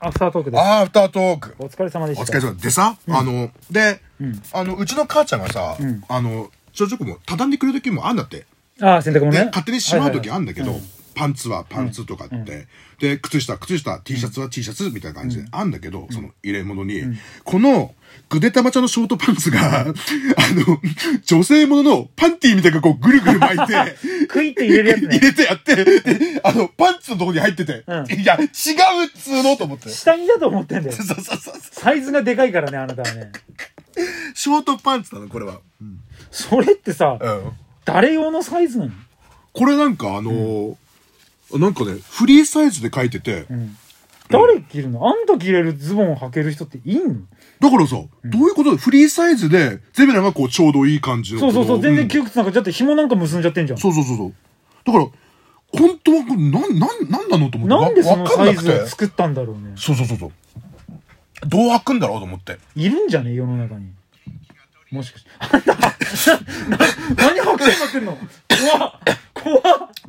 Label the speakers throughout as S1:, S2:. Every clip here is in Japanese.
S1: アフタートークです。
S2: あーアフタートーク。
S1: お疲れ様でし
S2: お
S1: た。
S2: 疲れ様でさ、あの、で、あの、うちの母ちゃんがさ、あの、ちょちょこも畳んでくれる時もあんだって。
S1: ああ、洗濯物
S2: で、
S1: ね。
S2: 勝手にしまう時
S1: はいはい
S2: あんだけど、パンツはパンツとかって、で、靴下、靴下、T シャツは T シャツみたいな感じであんだけど、その入れ物に、この、ぐでたまちゃんのショートパンツが、あ の、女性もののパンティーみたいなこうぐるぐる巻いて、
S1: クイって入れるやつ
S2: 入
S1: ね。
S2: れてやって、であの、パンツのとこに入ってて、
S1: うん
S2: いや、違うっつうのと 思って。そ
S1: 下着だと思ってんだよ
S2: う。そうそうそう。
S1: サイズがでかいからね、あなたはね。
S2: ショートパンツなの、これは。
S1: それってさ、
S2: うん。
S1: 誰用のサイズなの
S2: これなんかあのーなんかね、フリーサイズで書いてて、
S1: 誰着るのあんた着れるズボンを履ける人っていんの
S2: だからさ、どういうことフリーサイズで、ゼビナがこうちょうどいい感じの。
S1: そうそうそう、
S2: この
S1: 全然窮屈なんか、だって紐なんか結んじゃってんじゃん。
S2: そうそうそうそう。だから、本当はこれ、なん、なん、なんなのと思って。
S1: なんでその
S2: わか
S1: サ
S2: んな
S1: イ
S2: く
S1: ズ
S2: て
S1: を。作ったんだろうね。
S2: そうそうそうそう。どう開くんだろうと思って。
S1: いるんじゃね世の中に。もしかして。あんた、な何白線が来るの怖っ怖っ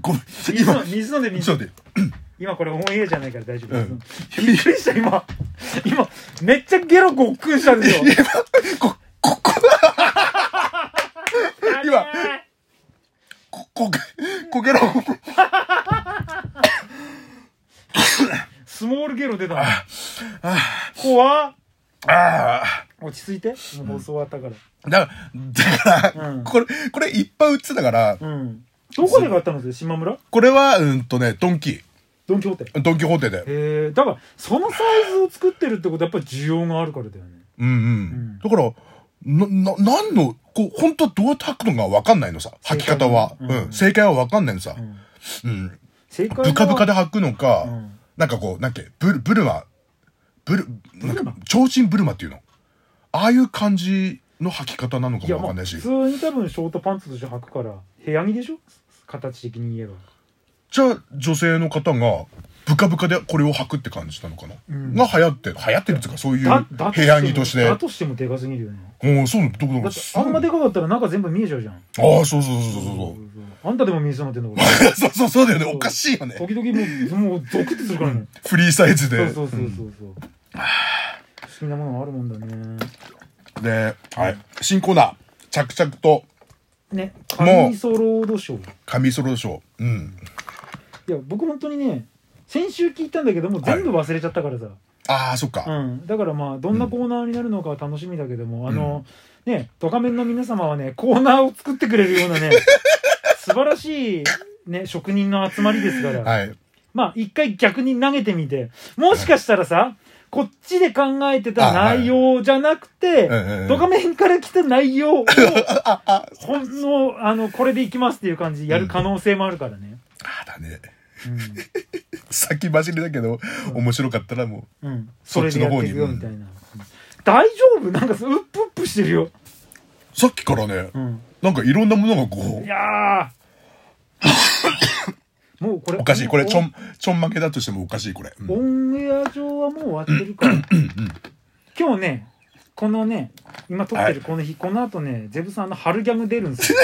S2: ごめん、
S1: 水
S2: 今、
S1: 飲ん水飲んで
S2: ち
S1: 水
S2: ょ
S1: 飲
S2: っ
S1: ん
S2: と
S1: で
S2: 待って。
S1: 今これオンエアじゃないから大丈夫、
S2: うん
S1: びっくりした今今めっちゃゲロごっくんしたんですよ
S2: こ、こ、こ、今こ、こ、こけろ。
S1: スモールゲロ出たの怖っ
S2: ああ。
S1: 落ち着いてもう放送終わったから
S2: だから、だから、
S1: うん
S2: これ、これいっぱい打ってたから、
S1: うん、どこで買ったのです島村
S2: これは、うんとね、ドンキ、
S1: ドン・キホーテ
S2: ドンキホーテで。
S1: えー、だからそのサイズを作ってるってことはやっぱ需要があるからだよね
S2: うんうん。
S1: ん
S2: だから、な、な、なんの、こう、本当はどうやって履くのがわかんないのさ、履き方は。
S1: う
S2: うんん、正解はわかんないのさ。
S1: ん
S2: うん。
S1: 正解は
S2: ブカブカで履くのか、
S1: うん
S2: なんかこう、なんて、ブル、ブルマ、ブル、な
S1: ブ
S2: ん
S1: ル
S2: か
S1: マ、
S2: 超人ブルマっていうの。ああいう感じの履き方なのか
S1: いやま
S2: もわか
S1: あ
S2: んないし。
S1: 普通に多分ショートパンツとして履くから部屋着でしょ形的に言えば
S2: じゃあ、女性の方が、ブカブカでこれを履くって感じなのかな、
S1: ん
S2: が流行ってる、流行ってるっていうか、そういう
S1: だだと
S2: 部屋着とし
S1: だ
S2: て。
S1: としてもでかすぎるよね
S2: うん、そうなの、どこどこ
S1: だってあんまでかかったら中全部見えちゃうじゃん
S2: ああ、そうそうそうそうそう。
S1: あんたでも見えそうになってんだ
S2: そう そうそうそうだよね。おかしいよね。
S1: 俺時々もうもうゾクッてするからね
S2: フリーサイズ
S1: そ
S2: で
S1: う。そうそうそうそう不思議なものがあるもんだね
S2: で、はい。新コーナー。着々と、
S1: ね
S2: もう
S1: カミソロードショー
S2: 神ソロショー。うん。
S1: いや僕本当にね先週聞いたんだけども全部忘れちゃったからさ、
S2: ああ、そっか。
S1: うん、だからまあどんなコーナーになるのかは楽しみだけども、あのねドカメンの皆様はねコーナーを作ってくれるようなね素晴らしいね職人の集まりですから、
S2: はい。
S1: まあ一回逆に投げてみてもしかしたらさこっちで考えてた内容じゃなくて、
S2: はいうんうんうん
S1: ドカメンから来た内容を
S2: あ、あ、
S1: ほんのあのこれでいきますっていう感じでやる可能性もあるからね。
S2: あだね。
S1: うん
S2: 先走りだけど、面白かったらも
S1: うん、そ
S2: そ
S1: れ
S2: っ
S1: で
S2: ち
S1: や
S2: の
S1: っ
S2: 方
S1: て
S2: に
S1: いくよみたいな、大丈夫なんかそうウップウップしてるよ、
S2: う、さっきからね、
S1: うん、
S2: なんかいろんなものがこ、
S1: いうや ーもうこれ
S2: おかしい。これ、ちょ
S1: ん
S2: ん、ちょん負けだとしてもおかしい、これ。うん
S1: オンエア上はもう終わってるから今日ねこのね今撮ってるこの日、この後ねゼブさんの春ギャグ出るんですよ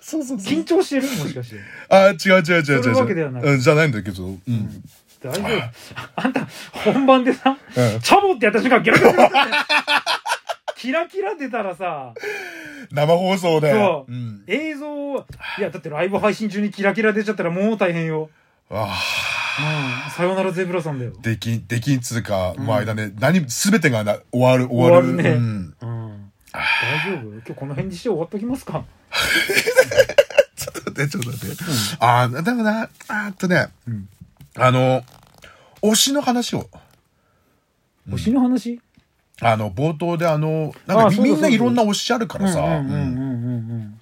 S2: そうそうそう。
S1: 緊張してるもしかして
S2: ああ、違う違う違う違う違う。
S1: そういうわけではない
S2: うん、じゃないんだけど。うん。
S1: 大丈夫あんた本番でさ、
S2: うん
S1: チャボってやった瞬間ギラギラってキラキラ出たらさ
S2: 生放送で。
S1: そう、
S2: ん。
S1: 映像をいやだってライブ配信中にキラキラ出ちゃったらもう大変よ、
S2: ああ。
S1: うん、さよならゼブラさんだよ、
S2: できん、できんつうか、まあ、だね、何、すべてがな終わる、終わる。
S1: 終わるね
S2: うん。
S1: うん、大丈夫今日この辺にして終わっときますか
S2: ちょっと待って、ちょっと待って。ああ、でもな、あーっとね、
S1: ん
S2: あの、推しの話を、
S1: 推しの話、
S2: あの、冒頭であの、
S1: あ
S2: なん
S1: ー
S2: か
S1: そうそう
S2: み
S1: そ
S2: みん
S1: う
S2: な
S1: そう
S2: いろんな推しあるからさ、
S1: うんうんうんうんうん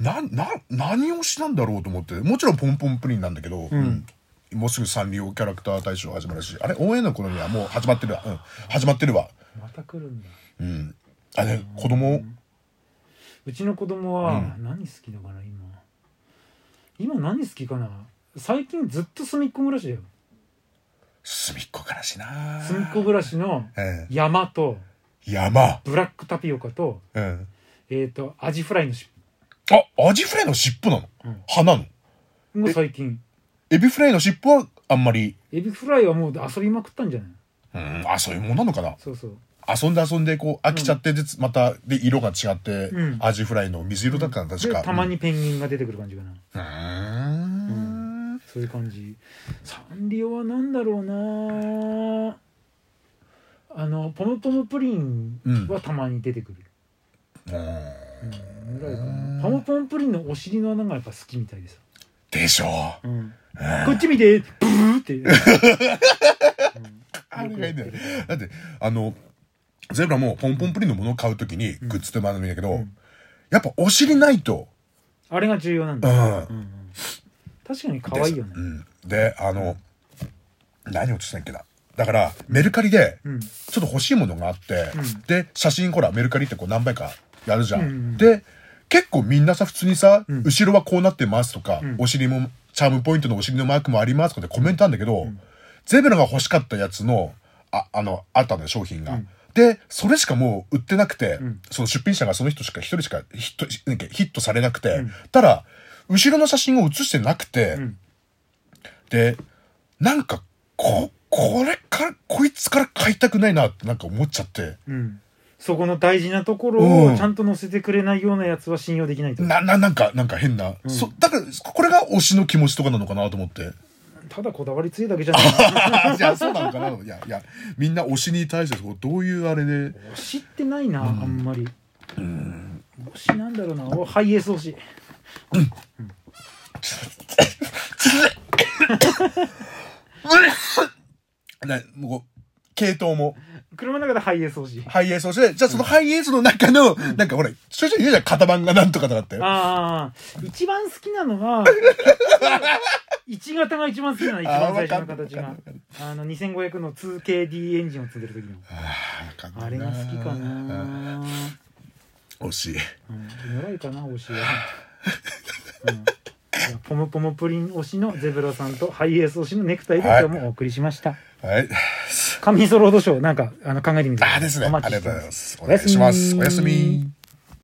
S2: な、な、何推しなんだろうと思って、もちろんポンポンプリンなんだけど、うんもうすぐサンリオキャラクター大賞始まるし、あれ、オンエアの頃にはもう始まってるわ。うん、始まってるわ。
S1: うんまた来るんだ
S2: うん。あれ、子供、
S1: うちの子供は何好きだから今、今何好きかな最近ずっと隅っこ暮らしだよ
S2: 隅っこからしな
S1: 隅っこ暮らしの
S2: ええ
S1: 山と
S2: 山。
S1: ブラックタピオカと
S2: うん。
S1: えっ、とアジフライの尻
S2: あ、アジフライの尻尾なの、
S1: うん
S2: 歯なの
S1: 尾もう最近
S2: えエビフライの尻尾はあんまり、
S1: エビフライはもう遊びまくったんじゃない
S2: うん、あ、そういうもんなのかな。
S1: そうそう
S2: 遊んで遊んで、こう、飽きちゃって、で、また、で、色が違って
S1: うん、
S2: アジフライの水色だったの、
S1: で
S2: 確か。
S1: たまにペンギンが出てくる感じかな、
S2: うーん。
S1: そういう感じサンリオはなんだろうなあのポムポムプリンはたまに出てくる、
S2: うん
S1: うんぐらいかなポムポムプリンのお尻の穴がやっぱ好きみたいでさ、
S2: でしょう。
S1: うんこっち見てブーって、
S2: あれがいいんだよね。だって、あの、ゼブラもポンポンプリンのものを買うときに、グッズって学ぶんだけど、やっぱお尻ないと、
S1: あれが重要なん
S2: う
S1: だ、
S2: ん。
S1: うんうん確かに可愛いよね
S2: うん。で、あの、何を落としたんだっけな。だから、メルカリで、
S1: うん
S2: ちょっと欲しいものがあって、
S1: うん
S2: で、写真ほら、メルカリってこう何倍かやるじゃん。
S1: うんうん
S2: で、結構みんなさ、普通にさ、
S1: ん
S2: 後ろはこうなってますとか、
S1: ん
S2: お尻も、チャームポイントのお尻のマークもありますとかでコメントあるんだけど、ゼブラが欲しかったやつの、あ、あの、あったのよ、商品が。
S1: ん
S2: で、それしかもう売ってなくて、
S1: ん
S2: その出品者がその人しか、一人しかヒット、なんかヒットされなくて、ただ、後ろの写真を写してなくて、
S1: ん
S2: で、なんか、こ、これから、こいつから買いたくないなってなんか思っちゃって、
S1: うんそこの大事なところ
S2: うん
S1: をちゃんと載せてくれないようなやつは信用できないと
S2: な、な、なんか、なんか変な、そ、だから、これが推しの気持ちとかなのかなと 思って。
S1: ただこだわり強いだけじゃ ない
S2: いや、そうなのかないや、いや、みんな推しに対して、こうどういうあれで、
S1: 推しってないな、あんまり推しなんだろうなおハイエース推し
S2: ね、もう、系統も、
S1: 車の中でハイエース推し
S2: ハイエースをして、じゃあそのハイエースの中の、なんかほら、ちょいちょい言うじゃん、型番がなんとかとかって。
S1: ああ一番好きなの は一型が一番好きなの一番最初の形
S2: あわ
S1: が
S2: か
S1: あの2500の 2KD エンジンを積んでる時のあれが好きかな
S2: 惜しい。
S1: うん、ぐらいかな推しは、うんいや、ポムポムプリン推しのゼブラさんとハイエース推しのネクタイで今日もお送りしました、
S2: はい。
S1: 神ソロードショーなんかあの考えてみてくださ
S2: あ
S1: い
S2: ですね。あ
S1: お
S2: り
S1: 待
S2: が
S1: ち
S2: とう
S1: して
S2: ござ
S1: ま
S2: いますす。お願いします。
S1: お
S2: お
S1: や
S2: や
S1: す
S2: す
S1: み
S2: み。